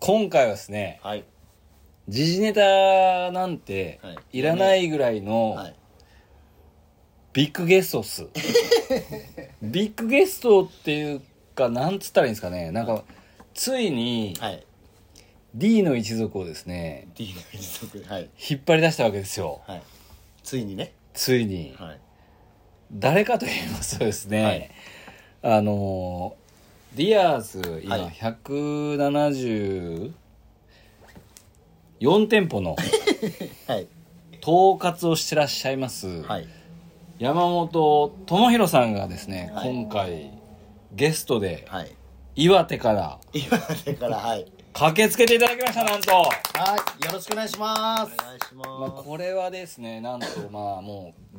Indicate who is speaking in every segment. Speaker 1: 今回はですね、
Speaker 2: はい。
Speaker 1: 時事ネタなんて
Speaker 2: はい
Speaker 1: いらないぐらいの
Speaker 2: はい。
Speaker 1: ビッグゲストっす。ビッグゲストっていうか、なんつったらいいんですかね。なんか、ついに
Speaker 2: はい。
Speaker 1: D の一族をですね、
Speaker 2: D の一族。はい。
Speaker 1: 引っ張り出したわけですよ。
Speaker 2: はい。ついにね。
Speaker 1: ついに。
Speaker 2: はい。
Speaker 1: 誰かと言いますとですね、あのディアーズ今
Speaker 2: はい
Speaker 1: 174店舗の
Speaker 2: はい。
Speaker 1: 統括をしてらっしゃいます、
Speaker 2: はい。
Speaker 1: 山本智博さんがですね、
Speaker 2: はい
Speaker 1: 今回ゲストで
Speaker 2: はい。
Speaker 1: 岩手から
Speaker 2: 今だから、はい。
Speaker 1: 駆けつけていただきましたなんと、
Speaker 2: はい。よろしくお願いします。お願いし
Speaker 1: まあ、これはですねなんとまあもう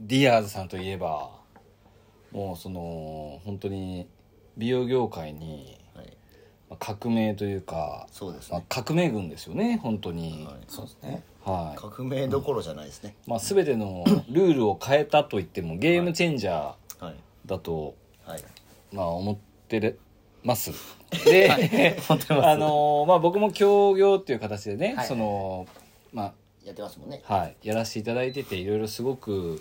Speaker 1: ディアーズさんといえばもうその本当に美容業界に
Speaker 2: す。はい。
Speaker 1: まあ革命というか
Speaker 2: そうです
Speaker 1: まあ
Speaker 2: ね。
Speaker 1: 革命軍ですよね本当に
Speaker 2: はいそうですね。
Speaker 1: はい、
Speaker 2: 革命どころじゃないですね。
Speaker 1: まあ、全てのルールを変えたと言ってもゲームチェンジャ
Speaker 2: はい。
Speaker 1: ーだと、
Speaker 2: はい。
Speaker 1: まあ思ってる ますで、あのーまあ僕も協業っていう形でね、
Speaker 2: はい
Speaker 1: そのまあ
Speaker 2: やってますもんね。
Speaker 1: はい、やらせていただいてていろいろすごく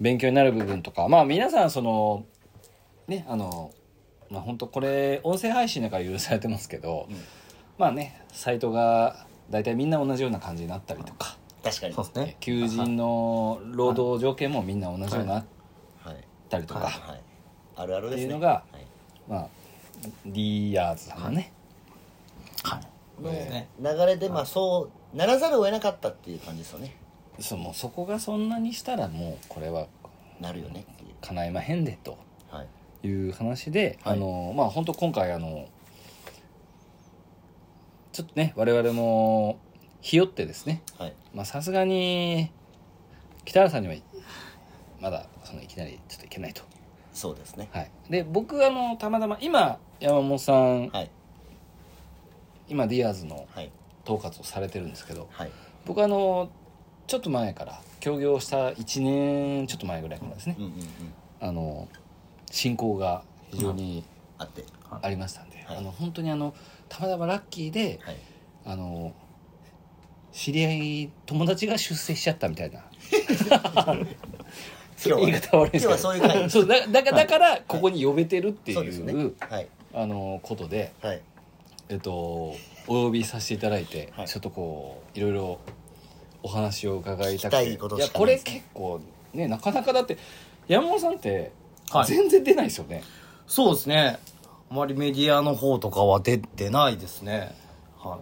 Speaker 1: 勉強になる部分とかまあ皆さんそのねあのまあ本当これ音声配信だから許されてますけど、
Speaker 2: うん
Speaker 1: まあねサイトが大体みんな同じような感じになったりとか、
Speaker 2: 確かに。
Speaker 3: そうですね。
Speaker 1: 求人の労働条件もみんな同じようになっ
Speaker 2: はい。
Speaker 1: たりとか、
Speaker 2: はい。あるあるですね。
Speaker 1: っていうのが
Speaker 2: はい
Speaker 1: まあリアーズさんのね、
Speaker 3: はい。
Speaker 2: の
Speaker 3: ね
Speaker 2: 流れで、まあ、そうならざるを得なかったっていう感じですよね。
Speaker 1: そもうそこがそんなにしたらもうこれは
Speaker 2: なるよねっていう。
Speaker 1: 叶えまへんでと。
Speaker 2: はい。
Speaker 1: いう話で、
Speaker 2: は
Speaker 1: あ
Speaker 2: い
Speaker 1: のまあ本当今回あのちょっとね我々もひよってですね
Speaker 2: はい。
Speaker 1: まあさすがに北原さんにはまだそのいきなりちょっといけないと、
Speaker 2: そうですね。
Speaker 1: はい、で僕あのたまたま今山本さん、
Speaker 2: はい。
Speaker 1: 今ディアーズの
Speaker 2: はい。
Speaker 1: 統括をされてるんですけど
Speaker 2: はい。
Speaker 1: 僕あのちょっと前から協業した1年ちょっと前ぐらいからですね
Speaker 2: うんうんうん。
Speaker 1: あの進行が非常に、
Speaker 2: あって。
Speaker 1: ありましたんで、
Speaker 2: はい
Speaker 1: あの本当にあのたまたまラッキーで
Speaker 2: はい。
Speaker 1: あの知り合い友達が出世しちゃったみたい な
Speaker 2: 今日は
Speaker 1: 言い方悪いですけど
Speaker 2: 今日はそういう 回
Speaker 1: そうだだからだからここに呼べてるっていう,、
Speaker 2: そうですね。はい。
Speaker 1: あのことで、
Speaker 2: はい。
Speaker 1: えっと、お呼びさせていただいて、
Speaker 2: はい
Speaker 1: ちょっとこういろいろお話を伺いたくて
Speaker 2: 聞きたいこと
Speaker 1: や
Speaker 2: しか
Speaker 1: こ
Speaker 2: ない
Speaker 1: れ
Speaker 2: ですね
Speaker 1: 結構ねなかなかだって山本さんって
Speaker 3: はい
Speaker 1: 全然出ないですよね、
Speaker 3: そうですね。あまりメディアの方とかは出てないですね。は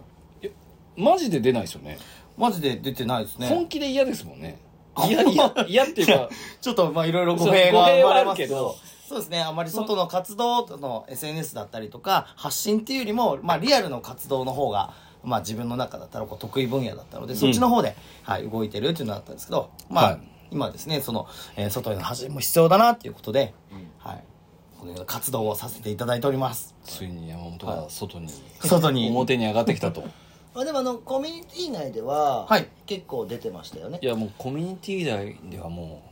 Speaker 1: マジで出ないですよね
Speaker 3: い。マジで出てないです
Speaker 1: 本
Speaker 3: ね。
Speaker 1: 気で嫌ですもんね嫌嫌嫌っていうか
Speaker 3: ちょっとまあいろいろ語弊が生まれますけ
Speaker 1: そう語弊はある
Speaker 3: ど。そうですね。あまり外の活動の SNS だったりとか、発信っていうよりも、まあリアルの活動の方が、まあ自分の中だったらこう得意分野だったので、そっちの方で、はい、動いてるっていうのだったんですけど、まあ、
Speaker 1: はい
Speaker 3: 今ですね、その、えー外への発信も必要だなっていうことで、
Speaker 2: ん
Speaker 3: はい、このような活動をさせていただいております。
Speaker 1: ついに山本が外に、
Speaker 3: 外に。
Speaker 1: 表に上がってきたと
Speaker 2: まあでもあのコミュニティ内では、
Speaker 3: はい
Speaker 2: 結構出てましたよね
Speaker 1: い。やもうコミュニティ内ではも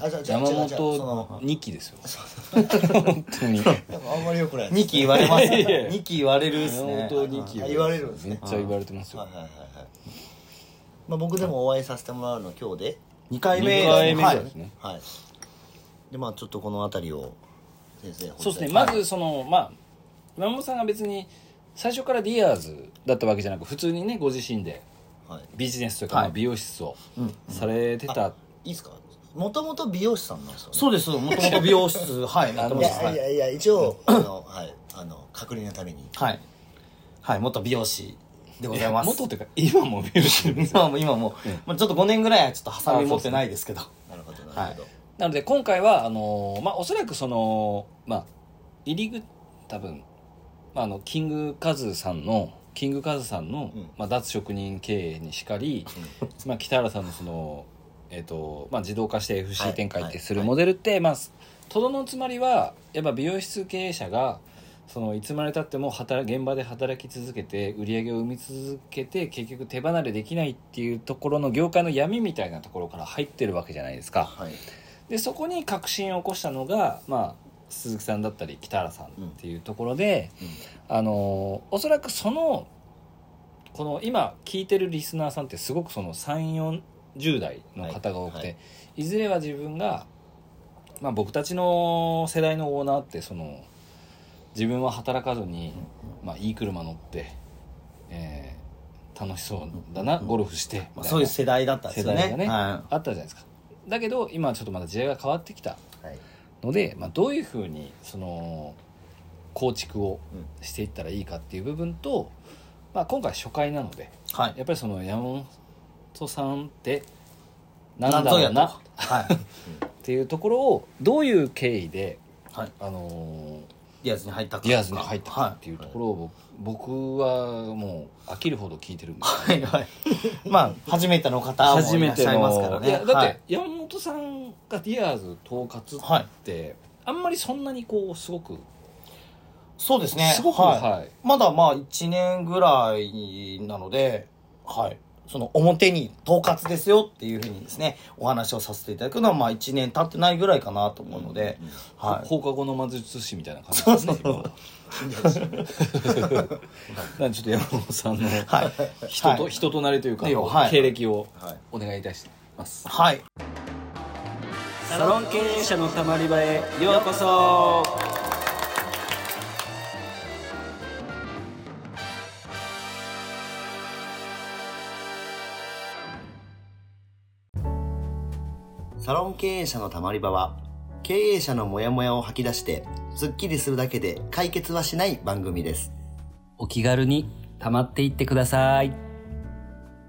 Speaker 2: あじゃあ
Speaker 1: う
Speaker 2: じゃあ
Speaker 1: 山
Speaker 2: じゃあじゃあそ
Speaker 1: 本
Speaker 2: の
Speaker 1: 2期ですよ本当に
Speaker 2: でもあんまり良くない
Speaker 3: 2期言われます。
Speaker 1: いやいやいや
Speaker 3: 2期言われるっす
Speaker 1: 山
Speaker 3: ね。
Speaker 1: 本2期
Speaker 2: あ言われるんですね
Speaker 1: めっちゃ言われてます
Speaker 2: はい
Speaker 1: よ
Speaker 2: はいはいはい。まあ僕でもお会いさせてもらうの今日で、
Speaker 3: 2回目
Speaker 1: 二回目
Speaker 3: は
Speaker 1: です
Speaker 3: い。
Speaker 1: ね
Speaker 2: はい。でまあちょっとこのあたりを先生
Speaker 1: そうですね
Speaker 2: は
Speaker 1: ま
Speaker 2: い
Speaker 1: ずそのまあ山本さんが別に最初からディアーズだったわけじゃなく普通にねご自身で
Speaker 2: はい。
Speaker 1: ビジネスというか
Speaker 3: はい
Speaker 1: まあ美容室をされてた
Speaker 2: いいですか。もともと美容師さんなんですよね。
Speaker 3: そうです。もともと美容 室、はい、やって
Speaker 2: い
Speaker 3: ました。
Speaker 2: や
Speaker 3: はいい。
Speaker 2: やいや一応あのはいあの確認のために。
Speaker 3: はい。はい、元美容師でございます。
Speaker 1: 元っていうか今も美容室です
Speaker 3: 今も、今も、まあちょっと5年ぐらいはちょっとハサミ持ってないですけど。
Speaker 2: なるほどなるほど。
Speaker 1: なので今回はあのーまあおそらくそのまあ入り口多分、まあ、あのキングカズさんのキングカズさんの、
Speaker 2: うん
Speaker 1: まあ、脱職人経営にしか り、まあ、北原さんのその、えっとまあ、自動化して FC 展開っ
Speaker 2: はい
Speaker 1: てするモデルって、まあとどのつまりはやっぱ美容室経営者がそのいつまでたっても働現場で働き続けて売り上げを生み続けて結局手離れできないっていうところの業界の闇みたいなところから入ってるわけじゃないですか。
Speaker 2: はい
Speaker 1: でそこに革新を起こしたのが、まあ、鈴木さんだったり北原さんっていうところで、あのおそらくそのこの今聞いてるリスナーさんってすごくその3 4 0代の方が多くて、
Speaker 3: はいいは
Speaker 1: ずれは自分が、まあ、僕たちの世代のオーナーってその自分は働かずに、まあ、いい車乗って、えー楽しそうだな、ゴルフして
Speaker 3: ま
Speaker 1: みたいな
Speaker 3: あ、そういう世代だったんですよね
Speaker 1: 世代がね
Speaker 3: は
Speaker 1: あったじゃないですかだけど今はちょっとまだ時代が変わってきた
Speaker 2: はい
Speaker 1: ので、まあ、どういうふうにその構築を
Speaker 2: うん
Speaker 1: していったらいいかっていう部分と、まあ、今回初回なので
Speaker 3: い、はい、
Speaker 1: やっぱりその山本さんって
Speaker 3: な
Speaker 1: なん
Speaker 3: ん
Speaker 1: だ
Speaker 3: ぞ
Speaker 1: ろ
Speaker 3: や
Speaker 1: う
Speaker 3: と
Speaker 1: なっ
Speaker 3: はい、
Speaker 1: ていうところをどういう経緯で、
Speaker 3: はい
Speaker 1: あの
Speaker 3: リアーズに入ったか
Speaker 1: リアーズに入ったか
Speaker 3: は
Speaker 1: っていうところを僕,、僕はもう飽きるほど聞いてるんで
Speaker 3: い、はいはい、まあ初めての方も
Speaker 1: 初
Speaker 3: い
Speaker 1: め
Speaker 3: らっしてゃいますから
Speaker 1: の
Speaker 3: ね
Speaker 1: いやだっ
Speaker 3: は
Speaker 1: て山本さんがディアーズ統括
Speaker 3: い、はい、
Speaker 1: ってあんまりそんなにこうすごく
Speaker 3: そうですね
Speaker 1: すごく
Speaker 3: は
Speaker 1: はい
Speaker 3: い、まだまあ1年ぐらいなのではいその表に統括ですよっていうふうにですねお話をさせていただくのはまあ1年経ってないぐらいかなと思うので、はい
Speaker 1: 放課後の魔術師みたいな感じですね今はなんでちょっと山本さんの
Speaker 3: はい
Speaker 1: 人と
Speaker 3: はい
Speaker 1: 人となりというか
Speaker 3: いいよはい
Speaker 1: 経歴を
Speaker 2: はい
Speaker 1: お願いいたします
Speaker 3: はい
Speaker 1: サロン経営者のたまり場へようこそ
Speaker 2: サロン経営者のたまり場は経営者のモヤモヤを吐き出してすっきりするだけで解決はしない番組です
Speaker 4: お気軽に溜まっていってください。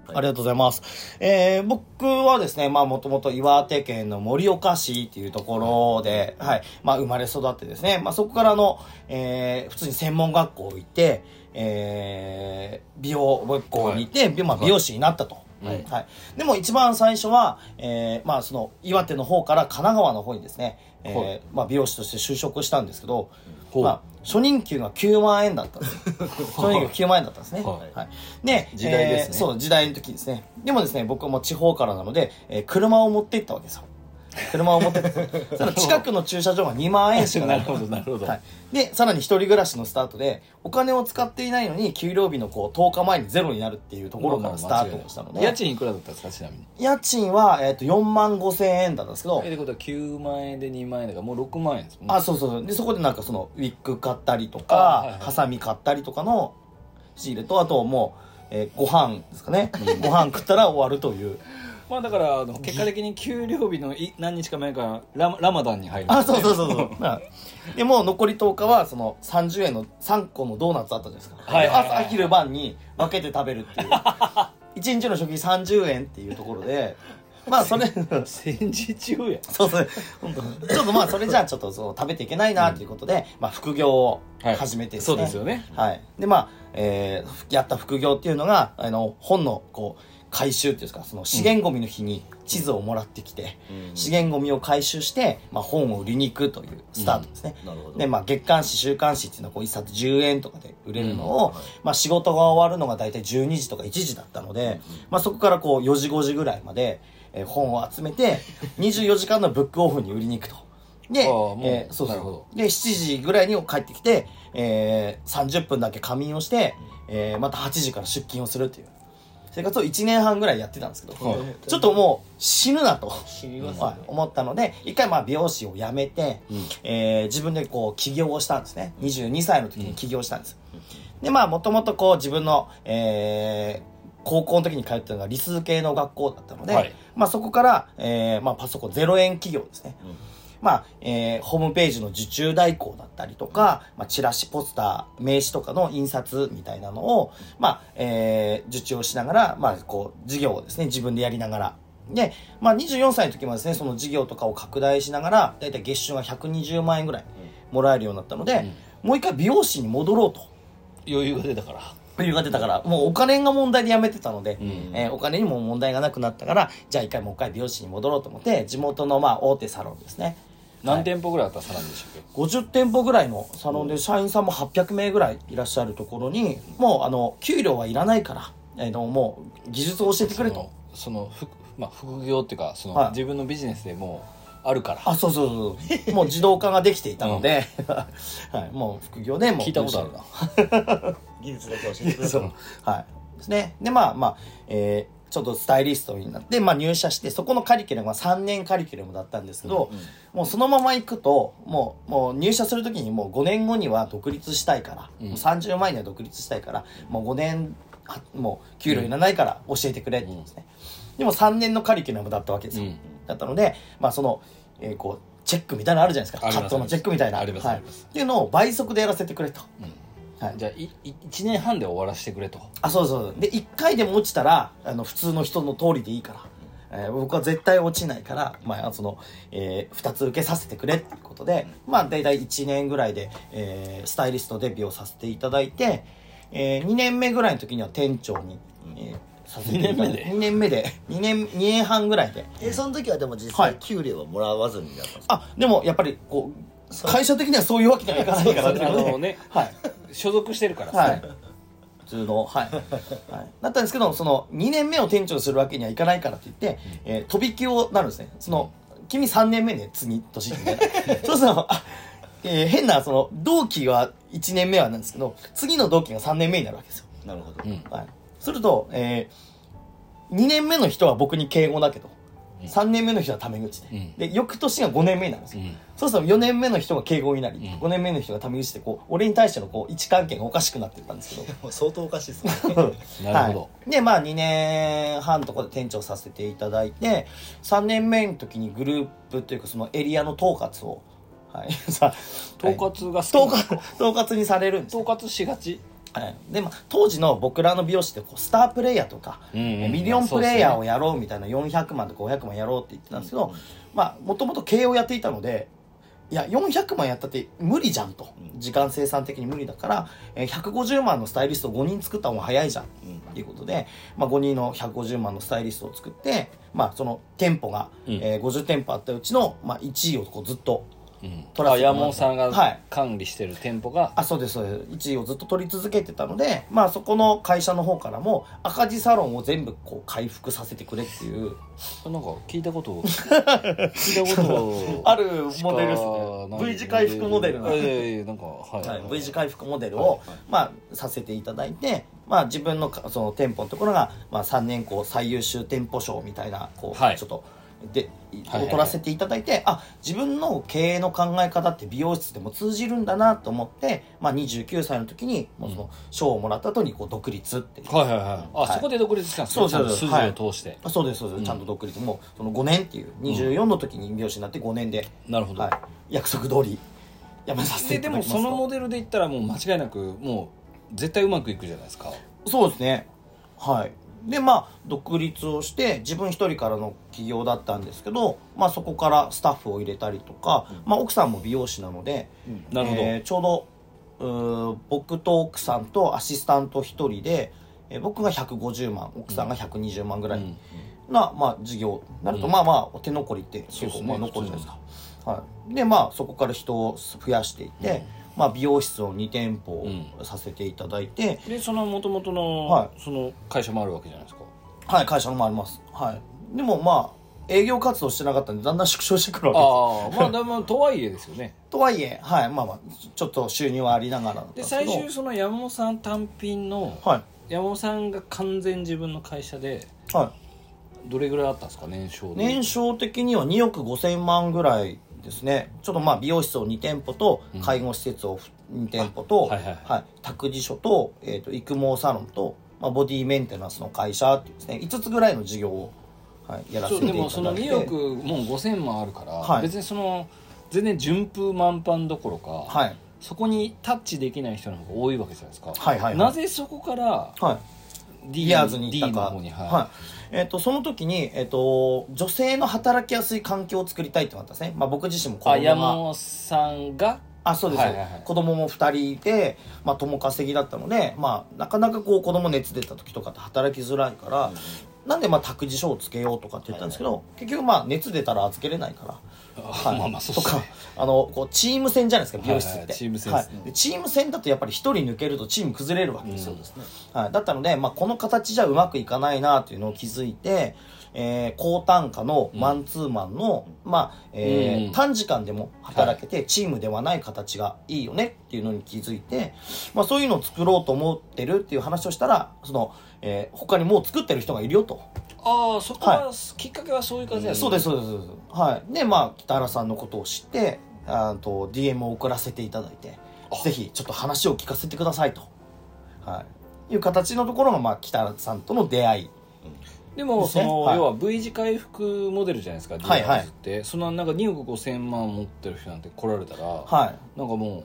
Speaker 3: ありがとうございます。えー僕はですね、まあもともと岩手県の盛岡市っていうところで、はい、まあ生まれ育ってですね、まあそこからあの、えー普通に専門学校行って、えー美容学校に行って、まあ美容師になったと。はいでも一番最初は、えーまあその岩手の方から神奈川の方にですね、えー
Speaker 1: はい
Speaker 3: まあ美容師として就職したんですけど、
Speaker 1: ほう
Speaker 3: まあ初任給が9万円だったんですよ。 初任給9万円だったんですね。
Speaker 1: はい
Speaker 3: はい、で
Speaker 1: 時代ですね
Speaker 3: えーそう時代の時ですねでもですね僕も地方からなので、えー車を持って行ったわけですよ車を持って 行ったその近くの駐車場が2万円しかな
Speaker 1: ないるほどなるほど
Speaker 3: はい、でさらに一人暮らしのスタートでお金を使っていないのに給料日のこう10日前にゼロになるっていうところからスタートしたので
Speaker 1: 家賃いくらだったんですかちなみに
Speaker 3: 家賃は、えー、と4万5千円だったんですけど
Speaker 1: えってことは9万円で2万円だからもう6万円ですもんね
Speaker 3: あそうそうそうでそこでなんかそのウィッグ買ったりと
Speaker 1: あはいは
Speaker 3: か
Speaker 1: い
Speaker 3: ハサミ買ったりとかの仕入れとあともう、えーご飯です かねご飯食ったら終わるという
Speaker 1: まあだからあの結果的に給料日のい何日か前からラマラマダンに入る
Speaker 3: あ、そうそうそうそう。はいでもう残り10日はその30円の3個のドーナツあったじゃないですか。
Speaker 1: はいはいはい
Speaker 3: で朝昼晩に分けて食べるって いう。一日の食費30円っていうとこ ろで、まあそれ、
Speaker 1: 戦時中や
Speaker 3: そうそう。本当ちょっとまあそれじゃあちょっとそう食べていけないなということで、まあ副業を始めて
Speaker 1: そうですよね
Speaker 3: はい。で、まあ、えーやった副業っていうのが、あの、本の、こう、回収っていうんですか、その資源ゴミの日に地図をもらってきて、資源ゴミを回収して、まあ、本を売りに行くというスタートですね。
Speaker 2: なるほ
Speaker 3: で、まあ、月刊誌、週刊誌っていうのは、こう、一冊10円とかで売れるのを、まあ、仕事が終わるのが大体12時とか1時だったので、まあ、そこからこう、4時、5時ぐらいまで、えー本を集めて、24時間のブックオフに売りに行くと。で、
Speaker 1: あーもう
Speaker 3: えーそう
Speaker 1: な
Speaker 3: そ
Speaker 1: るほ
Speaker 3: う
Speaker 1: ど。
Speaker 3: で7時ぐらいに帰ってきて、えー、30分だけ仮眠をして、えーまた8時から出勤をするっていう生活を1年半ぐらいやってたんですけど、
Speaker 1: はい
Speaker 3: ちょっともう死ぬなと、
Speaker 2: 死にますね
Speaker 3: はい、思ったので一回まあ美容師を辞めて、えー自分でこう起業をしたんですね22歳の時に起業したんです、でまあもともとこう自分の、えー高校の時に通ってたのが理数系の学校だったので、
Speaker 1: はい
Speaker 3: まあ、そこから、えーまあ、パソコン0円企業ですね、まあえーホームページの受注代行だったりとか、まあ、チラシポスター名刺とかの印刷みたいなのを、まあえー受注をしながら、まあ、こう事業をですね自分でやりながらで、まあ、24歳の時もですねその事業とかを拡大しながら大体月収が120万円ぐらいもらえるようになったので、もう一回美容師に戻ろうと。
Speaker 1: 余裕が出たから
Speaker 3: 余裕が出たから、もうお金が問題でやめてたので、えーお金にも問題がなくなったから、じゃあ一回もう一回美容師に戻ろうと思って、地元のまあ大手サロンですね。
Speaker 1: 何店舗ぐらいあったサランでしたっけ
Speaker 3: 50店舗ぐらいのサロンで社員さんも800名ぐらいいらっしゃるところに、もうあの、給料はいらないから、えーのもう技術を教えてくれ
Speaker 1: そ
Speaker 3: と
Speaker 1: の。その副,ふ、まあ、副業っていうかその、
Speaker 3: はい
Speaker 1: 自分のビジネスでもうあるから
Speaker 3: あそうそうそうそうもう自動化ができていたので、 はい、もう副業でもう
Speaker 1: 聞いたことあるな
Speaker 3: 技術だけ教えてください。はい。ですね。で、まあまあ、えーちょっとスタイリストになって、まあ、入社してそこのカリキュラムは3年カリキュラムだったんですけど、もうそのまま行くともうもう入社する時にもう5年後には独立したいから、
Speaker 1: ん
Speaker 3: もう30前には独立したいからもう5年はもう給料いらないから教えてくれって言うんですね、でも3年のカリキュラムだったわけですよ、
Speaker 1: うん
Speaker 3: だったので、まあ、その、えーこうチェックみたいなのあるじゃないですか
Speaker 1: あり
Speaker 3: カ
Speaker 1: ます
Speaker 3: ットのチェックみたいな
Speaker 1: あります
Speaker 3: はい、
Speaker 1: あ
Speaker 3: っ
Speaker 1: ります
Speaker 3: ていうのを倍速でやらせてくれと、はい、
Speaker 1: じゃあいい1年半で終わらせてくれと
Speaker 3: あそうそうそうで1回でも落ちたらあの普通の人の通りでいいから、えー僕は絶対落ちないから、まあそのえ2つ受けさせてくれっていうことで、まあ、大体1年ぐらいで、えースタイリストデビューをさせていただいて、え2年目ぐらいの時には店長に、えーさせていただいて2年目で2年2年半ぐらいで
Speaker 2: えその時はでも実
Speaker 3: はい
Speaker 2: 際給料はもらわずになったんですか、
Speaker 3: あでもやっぱりこう会社的にはそういうわけにはいかないからっていうこと
Speaker 1: あ
Speaker 3: で
Speaker 1: のね
Speaker 3: はい
Speaker 1: 所属してるから
Speaker 3: はい。普通の、はい。はい、だったんですけど、その、2年目を店長にするわけにはいかないからって言って、えー飛び級をなるんですね。その、君3年目ね、 次、年みたいな。そうすると、あえー変な、その、同期は1年目はなんですけど、次の同期が3年目になるわけですよ。
Speaker 2: なるほど、
Speaker 3: はい。すると、え2年目の人は僕に敬語だけど、3年目の人はタメ口で。
Speaker 1: ん
Speaker 3: で、翌年が5年目になるんですよ。そうすると4年目の人が敬語になり、5年目の人がタメ口で、こう、俺に対してのこう、位置関係がおかしくなってったんですけど、
Speaker 2: もう相当おかしいですね
Speaker 1: なるほど
Speaker 3: はい、でまあ2年半とかで店長させていただいて3年目の時にグループというかそのエリアの統括をはいさ
Speaker 1: 統括が
Speaker 3: 統
Speaker 1: 好きな
Speaker 3: 括統括にされるんです、
Speaker 1: 統括しがち
Speaker 3: はい、でまあ当時の僕らの美容師ってこうスタープレイヤーとか、
Speaker 1: うんうん
Speaker 3: ミリオンプレイヤーをやろうみたいな400万とか500万やろうって言ってたんですけど、まあもともと経営をやっていたのでいや400万やったって無理じゃんと時間生産的に無理だからえー150万のスタイリスト5人作った方が早いじゃんっていうことで、まあ、5人の150万のスタイリストを作って、まあ、その店舗が、えー50店舗あったうちの、まあ、1位をこうずっと取ら
Speaker 1: あ
Speaker 3: せてもら
Speaker 1: 山本
Speaker 3: って、
Speaker 1: さん
Speaker 3: はい
Speaker 1: が、管理してる店舗が
Speaker 3: あそうですそうです1位をずっと取り続けてたのでまあそこの会社の方からも赤字サロンを全部こう回復させてくれっていう
Speaker 1: なんか聞いたこと 聞いたこと
Speaker 3: あるモデルですね
Speaker 1: しかない
Speaker 3: V 字回復モデルなん
Speaker 1: い
Speaker 3: で
Speaker 1: やいやいやなんかはい、
Speaker 3: はい、V 字回復モデルを、まあ、させていただいて、まあ、自分のかその店舗のところが、まあ、3年こう最優秀店舗賞みたいなこう、
Speaker 1: はい
Speaker 3: ちょっとで、
Speaker 1: はいはい
Speaker 3: を取らせていただいてあ自分の経営の考え方って美容室でも通じるんだなと思って、まあ、29歳の時にもうその賞をもらった後にこう独立っていう
Speaker 1: はいはいはいあ、
Speaker 3: はい
Speaker 1: そこで独立したんですね
Speaker 3: そうそうそう
Speaker 1: ちゃんと筋を通して、
Speaker 3: あそうですそうです、ちゃんと独立もうその5年っていう24の時に美容師になって5年で、
Speaker 1: なるほど、
Speaker 3: はい、約束通りやめさせ
Speaker 1: で
Speaker 3: てい
Speaker 1: で
Speaker 3: ただき
Speaker 1: も
Speaker 3: ます
Speaker 1: そ
Speaker 3: と
Speaker 1: のモデルで言ったらもう間違いなくもう絶対うまくいくじゃないですか
Speaker 3: そうですねはいでまあ独立をして自分一人からの起業だったんですけど、まあ、そこからスタッフを入れたりとか、まあ、奥さんも美容師なので、
Speaker 1: なるほど
Speaker 3: えーちょうどうー僕と奥さんとアシスタント一人で、えー僕が150万奥さんが120万ぐらいな、まあ、事業になると、まあまあお手残りって結
Speaker 1: そうですね
Speaker 3: 構まあ残るじゃないですか。はい、でまあそこから人を増やしていって、まあ、美容室を2店舗させていただいて、
Speaker 1: でそのもともとの、
Speaker 3: は
Speaker 1: その会社もあるわけじゃないですか
Speaker 3: はい、会社のもあります。はい。でもまあ、営業活動してなかったんで、だんだん縮小してくるわ
Speaker 1: ああまあ でもとはいえですよね
Speaker 3: けです。とはいえ、はい、まあまあ、ちょっと収入はありながらだったん
Speaker 1: で
Speaker 3: ですけ
Speaker 1: 最
Speaker 3: ど。
Speaker 1: 終その山本さん単品の、
Speaker 3: は
Speaker 1: 山本さんが完全自分の会社で
Speaker 3: い。はい。
Speaker 1: どれぐらいあったんですか年商で
Speaker 3: 年商的には2億5000万ぐらいですねちょっとまあ美容室を2店舗と介護施設を2店舗と、
Speaker 1: あはいはいはい
Speaker 3: 託児所と,、えー、と育毛サロンと、まあ、ボディメンテナンスの会社っていうですね5つぐらいの事業を、はい、やらせ
Speaker 1: そ
Speaker 3: て
Speaker 1: う
Speaker 3: いた
Speaker 1: で
Speaker 3: だいて
Speaker 1: もその2億もう5000万あるから、
Speaker 3: はい
Speaker 1: 別にその全然順風満帆どころか、
Speaker 3: はい
Speaker 1: そこにタッチできない人の方が多いわけじゃないですか、
Speaker 3: はいはいはい
Speaker 1: なぜそこから
Speaker 3: はい
Speaker 1: D,
Speaker 3: リアーズに行
Speaker 1: D
Speaker 3: った
Speaker 1: の
Speaker 3: か
Speaker 1: 方にはい、
Speaker 3: はいえっとその時に、えっと女性の働きやすい環境を作りたいってなったんですね、まあ、僕自身も子
Speaker 1: あ
Speaker 3: 供
Speaker 1: 山
Speaker 3: が
Speaker 1: 本さんが
Speaker 3: あそうです、
Speaker 1: はいはいはい
Speaker 3: 子供も2人いて、まあ、共稼ぎだったので、まあ、なかなかこう子供熱出た時とかって働きづらいから、なんでまあ託児所をつけようとかって言ったんですけど、結局まあ熱出たら預けれないから。はい
Speaker 1: まあまあそうっすね
Speaker 3: とかあのこうチーム戦じゃないですか美容室って、
Speaker 1: はいはいチーム戦ですね
Speaker 3: はいでチーム戦だとやっぱり一人抜けるとチーム崩れるわけですよ、
Speaker 1: うんそうです
Speaker 3: はい、だったので、まあ、この形じゃうまくいかないなというのを気づいて、えー高単価のマンツーマンの、まあえー
Speaker 1: うん
Speaker 3: 短時間でも働けて、チームではない形がいいよねっていうのに気づいて、まあ、そういうのを作ろうと思ってるっていう話をしたらその、えー他にもう作ってる人がいるよと。
Speaker 1: ああそこは、きっかけはそういう感じだよね
Speaker 3: そうですそうですそうですはいでまあ北原さんのことを知ってあーと DM を送らせていただいてぜひちょっと話を聞かせてくださいと、はい、いう形のところが、まあ、北原さんとの出会い
Speaker 1: でも
Speaker 3: です
Speaker 1: そ
Speaker 3: ね
Speaker 1: の、
Speaker 3: はい
Speaker 1: 要は V 字回復モデルじゃないですか、
Speaker 3: はいはい
Speaker 1: DRS ってそのなんか2億5千万持ってる人なんて来られたら、
Speaker 3: は
Speaker 1: なんかも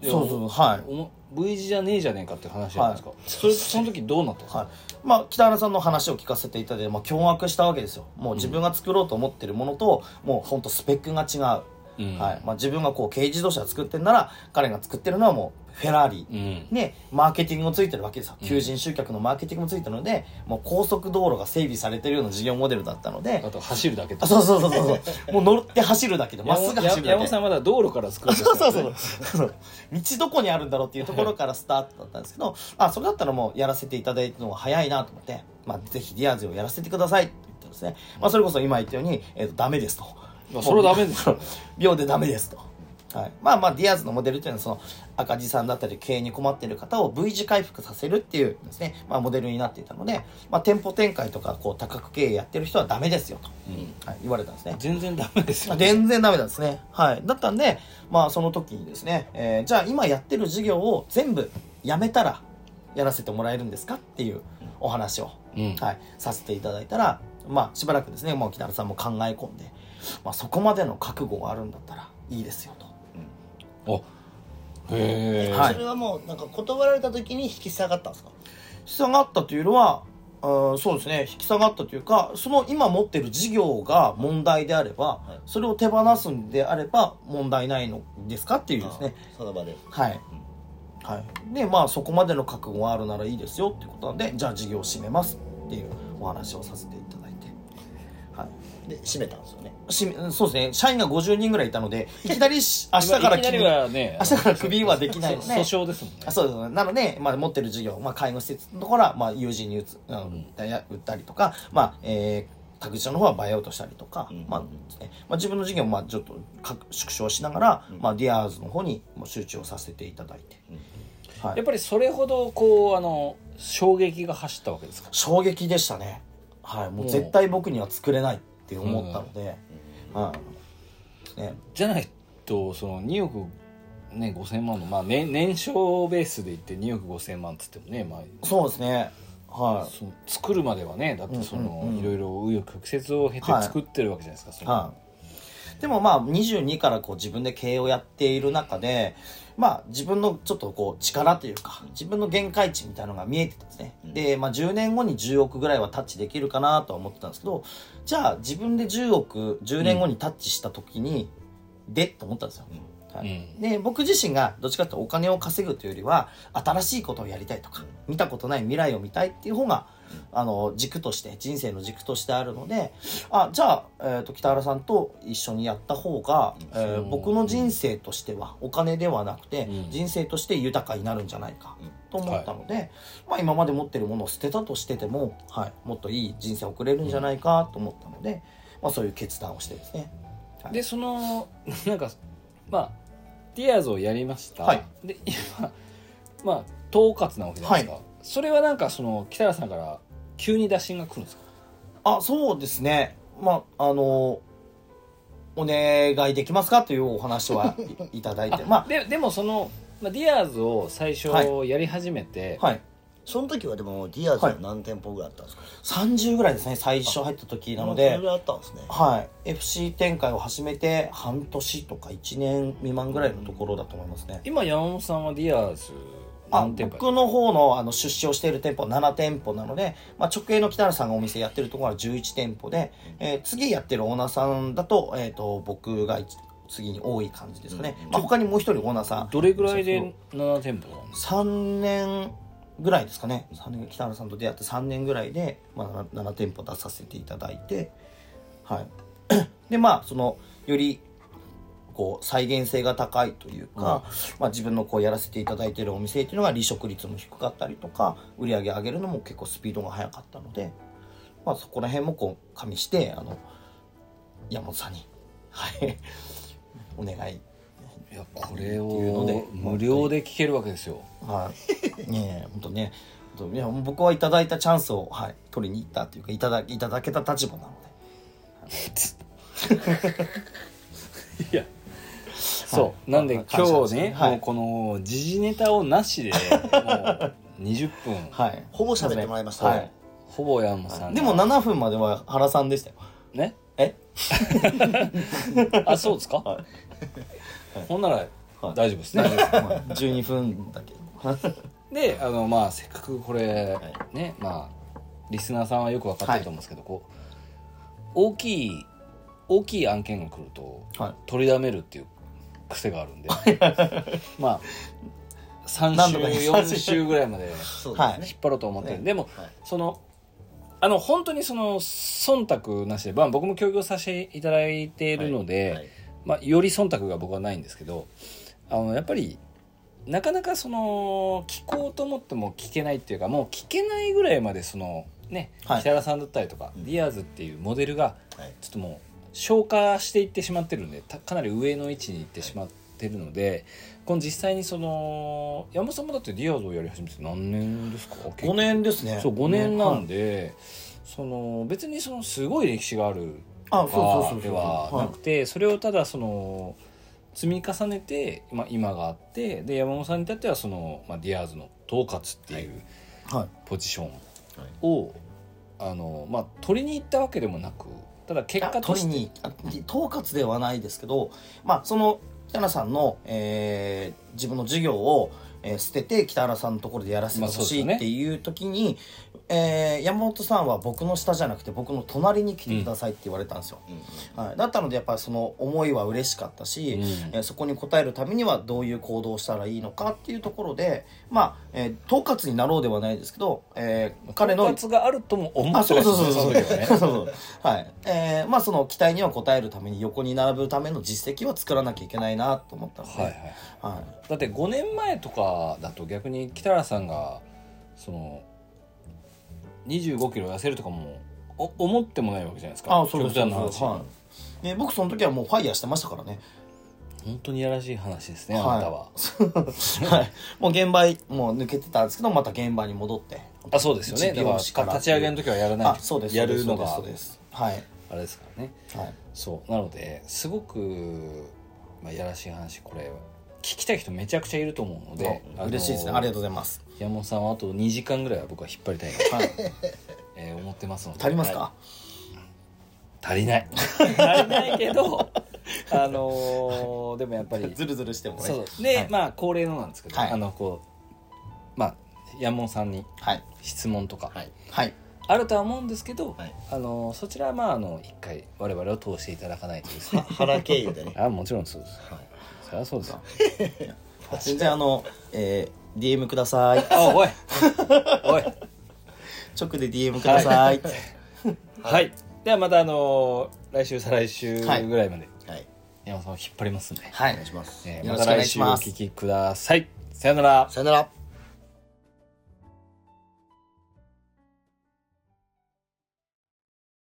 Speaker 1: う
Speaker 3: いそうそうはい、
Speaker 1: おも V 字じゃねえじゃねえかって話じゃないですか、それその時どうなったんですか、
Speaker 3: はいまあ、北原さんの話を聞かせていただいて、まあ、驚愕したわけですよもう自分が作ろうと思ってるものと、もう本当スペックが違う、
Speaker 1: うん
Speaker 3: はいまあ、自分がこう軽自動車作ってんなら彼が作ってるのはもうフェラーリ、
Speaker 1: うん
Speaker 3: ね、マーケティングもついてるわけですよ
Speaker 1: うん
Speaker 3: 求人集客のマーケティングもついてるので、もう高速道路が整備されてるような事業モデルだったので
Speaker 1: あと走るだけ
Speaker 3: あ
Speaker 1: と
Speaker 3: そうそうそうそうそうもう乗って走るだけでまっすぐ走る
Speaker 1: や
Speaker 3: だ
Speaker 1: 山
Speaker 3: け
Speaker 1: 本さんまだ道路から作るんです
Speaker 3: そう
Speaker 1: よ
Speaker 3: そうそうそう 道どこにあるんだろうっていうところからスタートだったんですけどあそれだったらもうやらせていただいたのが早いなと思って、まあ、ぜひディアーズをやらせてくださいって言ったんですね、まあ、それこそ今言ったように、えー、とダメですと、
Speaker 1: まあそれはダメですよね
Speaker 3: 秒でダメですと、はい、まあまあディアーズのモデルというのはその赤字さんだったり経営に困っている方を V 字回復させるっていうですね、まあ、モデルになっていたので、まあ、店舗展開とかこう多角経営やってる人はダメですよと、はい、言われたんですね
Speaker 1: 全然ダメですよ、ね、
Speaker 3: 全然ダメなんですね。はい。だったんで、まあその時にですね、えーじゃあ今やってる事業を全部やめたらやらせてもらえるんですかっていうお話を、
Speaker 1: うん
Speaker 3: はい、させていただいたら、まあしばらくですね、もう北原さんも考え込んで、まあそこまでの覚悟があるんだったらいいですよと。
Speaker 1: あへえ、
Speaker 3: はい
Speaker 2: それはもうなんか断られた時に引き下がったんですか
Speaker 3: 引き下がったというのは、うん、そうですね、引き下がったというか、その今持ってる事業が問題であれば、
Speaker 2: はい
Speaker 3: それを手放すんであれば問題ないのですかっていうですね、
Speaker 2: あーその場で
Speaker 3: はい、はい、でまあそこまでの覚悟があるならいいですよってことなんでじゃあ事業を閉めますっていうお話をさせていただいて、は
Speaker 2: で閉めたんですよね
Speaker 3: い、しそうですね社員が50人ぐらいいたのでいきなりし明日から
Speaker 1: いきな
Speaker 3: 切
Speaker 1: り
Speaker 3: り
Speaker 1: はね
Speaker 3: 明日からクビはできないので、
Speaker 1: 訴訟ですもんね
Speaker 3: あそうですねなので、まあ、持ってる事業、まあ、介護施設のところは、まあ、友人に打つ、うん売ったりとか、まあえー、託児所の方はバイアウトしたりとか、
Speaker 2: うん
Speaker 3: まあですねまあ、自分の事業もまあちょっとか縮小しながら、まあ、ディアーズの方にもう集中をさせていただいて、はい
Speaker 1: やっ、ぱりそれほどこうあの衝撃が走ったわけですか
Speaker 3: 衝撃でしたね、はい、も
Speaker 1: う
Speaker 3: うん絶対僕には作れないって思ったので、はいね、
Speaker 1: じゃないとその2億、ね、5千万の、まあ、年年商ベースで言って2億5千万っつってもね、まあ、
Speaker 3: そうですねは
Speaker 1: その作るまではねだってその、
Speaker 3: うんうんうん
Speaker 1: いろいろ紆余曲折を経て
Speaker 3: はい
Speaker 1: 作ってるわけじゃないですか、そ
Speaker 3: い、
Speaker 1: の
Speaker 3: はい、でもまあ22からこう自分で経営をやっている中でまあ自分のちょっとこう力というか自分の限界値みたいなのが見えてたんですね、で、まあ、10年後に10億ぐらいはタッチできるかなとは思ってたんですけどじゃあ自分で10億10年後にタッチした時に、でと思ったんですよ、はい
Speaker 1: うん
Speaker 3: で僕自身がどっちかというとお金を稼ぐというよりは新しいことをやりたいとか見たことない未来を見たいっていう方があの軸として人生の軸としてあるのであじゃあ、えー、と北原さんと一緒にやった方が、えー
Speaker 1: そう
Speaker 3: 僕の人生としてはお金ではなくて、
Speaker 1: うん
Speaker 3: 人生として豊かになるんじゃないかと思ったので、まあ、今まで持ってるものを捨てたとしてても、はい、もっといい人生を送れるんじゃないかと思ったので、まあ、そういう決断をしてですね。はい
Speaker 1: でその なんかまあディアーズをやりました、
Speaker 3: はい
Speaker 1: で今まあ統括なわけじゃないですか、それはなんかその北原さんから急に打診が来るんですか
Speaker 3: あそうですねまああのお願いできますかというお話 はいいただいてま
Speaker 1: ででもその、まあ、ディアーズを最初
Speaker 3: は
Speaker 1: やり始めて、
Speaker 3: あはい
Speaker 2: その時はでもディアーズは何店舗ぐらいあったんですか、
Speaker 3: 30ぐらいですね最初入った時なの
Speaker 2: そ
Speaker 3: で
Speaker 2: れぐらいあったんですね
Speaker 3: はい FC 展開を始めて半年とか1年未満ぐらいのところだと思いますね
Speaker 1: 今山本さんはディアーズ
Speaker 3: あ
Speaker 1: 何店舗やってる
Speaker 3: 僕の方のあの出資をしている店舗は7店舗なので、まあ、直営の北原さんがお店やってるところは11店舗で、えー次やってるオーナーさんだと,、えー、と僕が一次に多い感じですかね、まあ、他にもう一人オーナーさん
Speaker 1: どれぐらいで7店舗なの
Speaker 3: 3年ぐらいですかね三年北原さんと出会って3年ぐらいで、まあ、7, 7店舗出させていただいてはい でまあそのよりこう再現性が高いというか、まあ、自分のこうやらせていただいてるお店っていうのが離職率も低かったりとか売り上げ上げるのも結構スピードが速かったので、まあ、そこら辺もこう加味してあの山本さんに、はい、 お願い
Speaker 1: いやこれ
Speaker 3: っていうので
Speaker 1: を無料で聞けるわけですよ
Speaker 3: はい。ねえ、本当ね。本当いや僕はいただいたチャンスを、はい、取りに行ったというか、いただいただけた立場なので。
Speaker 1: いやそうなんで
Speaker 3: まあ感謝
Speaker 1: 今
Speaker 3: で
Speaker 1: 日
Speaker 3: す
Speaker 1: ね
Speaker 3: ね
Speaker 1: も
Speaker 3: はいう
Speaker 1: この時事ネタをな しでもう20分
Speaker 3: はい。
Speaker 2: ほぼ喋ってもらいました
Speaker 3: は
Speaker 2: ね
Speaker 3: い。
Speaker 1: ほぼ山さん
Speaker 3: でも
Speaker 1: な
Speaker 3: 7分までは原さんでしたよ。
Speaker 1: ね
Speaker 3: え
Speaker 1: あそうですか
Speaker 3: は
Speaker 1: ほんなら
Speaker 3: はい
Speaker 1: 大丈夫ですね
Speaker 3: ?12 分だ け。
Speaker 1: であのまあせっかくこれ
Speaker 3: い
Speaker 1: ねまあリスナーさんはよく分かってると思うんですけどこう大きい大きい案件が来ると
Speaker 3: は
Speaker 1: 取りだめるっていう癖があるんでまあ3
Speaker 3: 何
Speaker 1: 週
Speaker 3: 度か
Speaker 1: 4週ぐらいまで
Speaker 2: そう
Speaker 3: はい
Speaker 2: です
Speaker 1: 引
Speaker 2: ね
Speaker 1: っ張ろうと思ってる、
Speaker 3: ね
Speaker 1: でも、
Speaker 2: はい
Speaker 1: そのあの本当にその忖度なしで、まあ、僕も協業させていただいているので、
Speaker 2: はい
Speaker 1: まあ、より忖度が僕はないんですけどあのやっぱりなかなかその聞こうと思っても聞けないっていうかもう聞けないぐらいまでそのね、
Speaker 3: はい
Speaker 1: 北原さんだったりとか、ディアーズっていうモデルが
Speaker 2: はい
Speaker 1: ちょっともう消化していってしまってるんでたかなり上の位置に行ってしまってるのでこの実際にその山本さんもだってディアーズをやり始めて何年ですか結構
Speaker 3: 5年ですね。
Speaker 1: そう5年なん
Speaker 3: で。
Speaker 1: で、その別にそのすごい歴史がある
Speaker 3: あ、
Speaker 1: と
Speaker 3: そう
Speaker 1: か
Speaker 3: そうそう
Speaker 1: で
Speaker 3: そう。
Speaker 1: はなくてそれをただその積み重ねて、まあ、今があってで山本さんに至ってはその、まあ、ディアーズの統括っていう
Speaker 3: はい。
Speaker 1: ポジションを、あのまあ、取りに行ったわけでもなくただ結
Speaker 3: 結
Speaker 1: 果
Speaker 3: 果
Speaker 1: と
Speaker 3: 取
Speaker 1: し
Speaker 3: り
Speaker 1: て
Speaker 3: にあ統括ではないですけどまあその北原さんの、えー自分の授業を、えー捨てて北原さんのところでやらせて
Speaker 1: まあ
Speaker 3: ほ
Speaker 1: そうです
Speaker 3: し
Speaker 1: よね
Speaker 3: いっていう時に、えー山本さんは僕の下じゃなくて僕の隣に来てくださいって言われたんですよ、
Speaker 2: うんうん
Speaker 3: はい、だったのでやっぱりその思いは嬉しかったし、
Speaker 1: うん
Speaker 3: えーそこに応えるためにはどういう行動をしたらいいのかっていうところでまあ、えー統括になろうではないですけど、えー彼の
Speaker 1: 統括があるとも思
Speaker 3: あ
Speaker 1: って
Speaker 3: そ
Speaker 1: な
Speaker 3: う
Speaker 1: いで
Speaker 3: そう
Speaker 1: す
Speaker 3: そうそ
Speaker 1: の
Speaker 3: うそ
Speaker 1: 時は
Speaker 3: う
Speaker 1: ね
Speaker 3: そう そうはいえーまあその期待には応えるために横に並ぶための実績は作らなきゃいけないなと思ったので、
Speaker 1: はいはい
Speaker 3: は
Speaker 1: だって5年前とかだと逆に北原さんがその2 5キロ痩せるとかもお思ってもないわけじゃないですか
Speaker 3: あそうです
Speaker 1: 極端
Speaker 3: そうで
Speaker 1: な話、
Speaker 3: す、はいね、僕その時はもうファイヤーしてましたからね
Speaker 1: 本当にやらしい話ですね、
Speaker 3: はい
Speaker 1: あなたは
Speaker 3: はいもう現場へもう抜けてたんですけどまた現場に戻って
Speaker 1: あそうですよね
Speaker 3: 一
Speaker 1: だ
Speaker 3: 美
Speaker 1: か
Speaker 3: 容師から
Speaker 1: ら立ち上げの時はやらない
Speaker 3: あそうです
Speaker 1: やるのが
Speaker 3: そうですそうです
Speaker 1: あれですからね
Speaker 3: そうですはい、はい、
Speaker 1: そうなのですごく、まあ、やらしい話これ聞きたい人めちゃくちゃいると思うので
Speaker 3: あ嬉しいですねありがとうございます、
Speaker 1: う山本さんはあと2時間ぐらいは僕は引っ張りたいなと、
Speaker 3: はい、
Speaker 1: えー思ってますので
Speaker 3: 足りますか、
Speaker 1: はい足りない足りないけど あのーでもやっぱり
Speaker 3: ずるずるしてもね
Speaker 1: そうで、
Speaker 3: はい
Speaker 1: まあ恒例のなんですけど、
Speaker 3: はい
Speaker 1: あのこうまあ山本さんに
Speaker 3: はい
Speaker 1: 質問とか
Speaker 2: はい
Speaker 3: はい
Speaker 1: あるとは思うんですけど、
Speaker 2: はい
Speaker 1: あのそちらはまああの一回我々を通していただかないとですね
Speaker 2: 原経由でね
Speaker 1: あもちろんそうです、そりゃそうですよ
Speaker 3: 全然あの、えー、DM ください
Speaker 1: あおいおい
Speaker 3: 直で DM ください、
Speaker 1: はいではまたあの来週再来週ぐ
Speaker 3: はい
Speaker 1: らいまで
Speaker 2: はい
Speaker 1: 山本さんを引っ張りますんで、
Speaker 3: はい
Speaker 2: お願いします
Speaker 1: えー
Speaker 3: よ
Speaker 1: また
Speaker 3: ろしくお願
Speaker 1: 来
Speaker 3: い
Speaker 1: 週
Speaker 3: し
Speaker 1: お
Speaker 3: ます
Speaker 1: 聞きくださいさよなら
Speaker 2: さよなら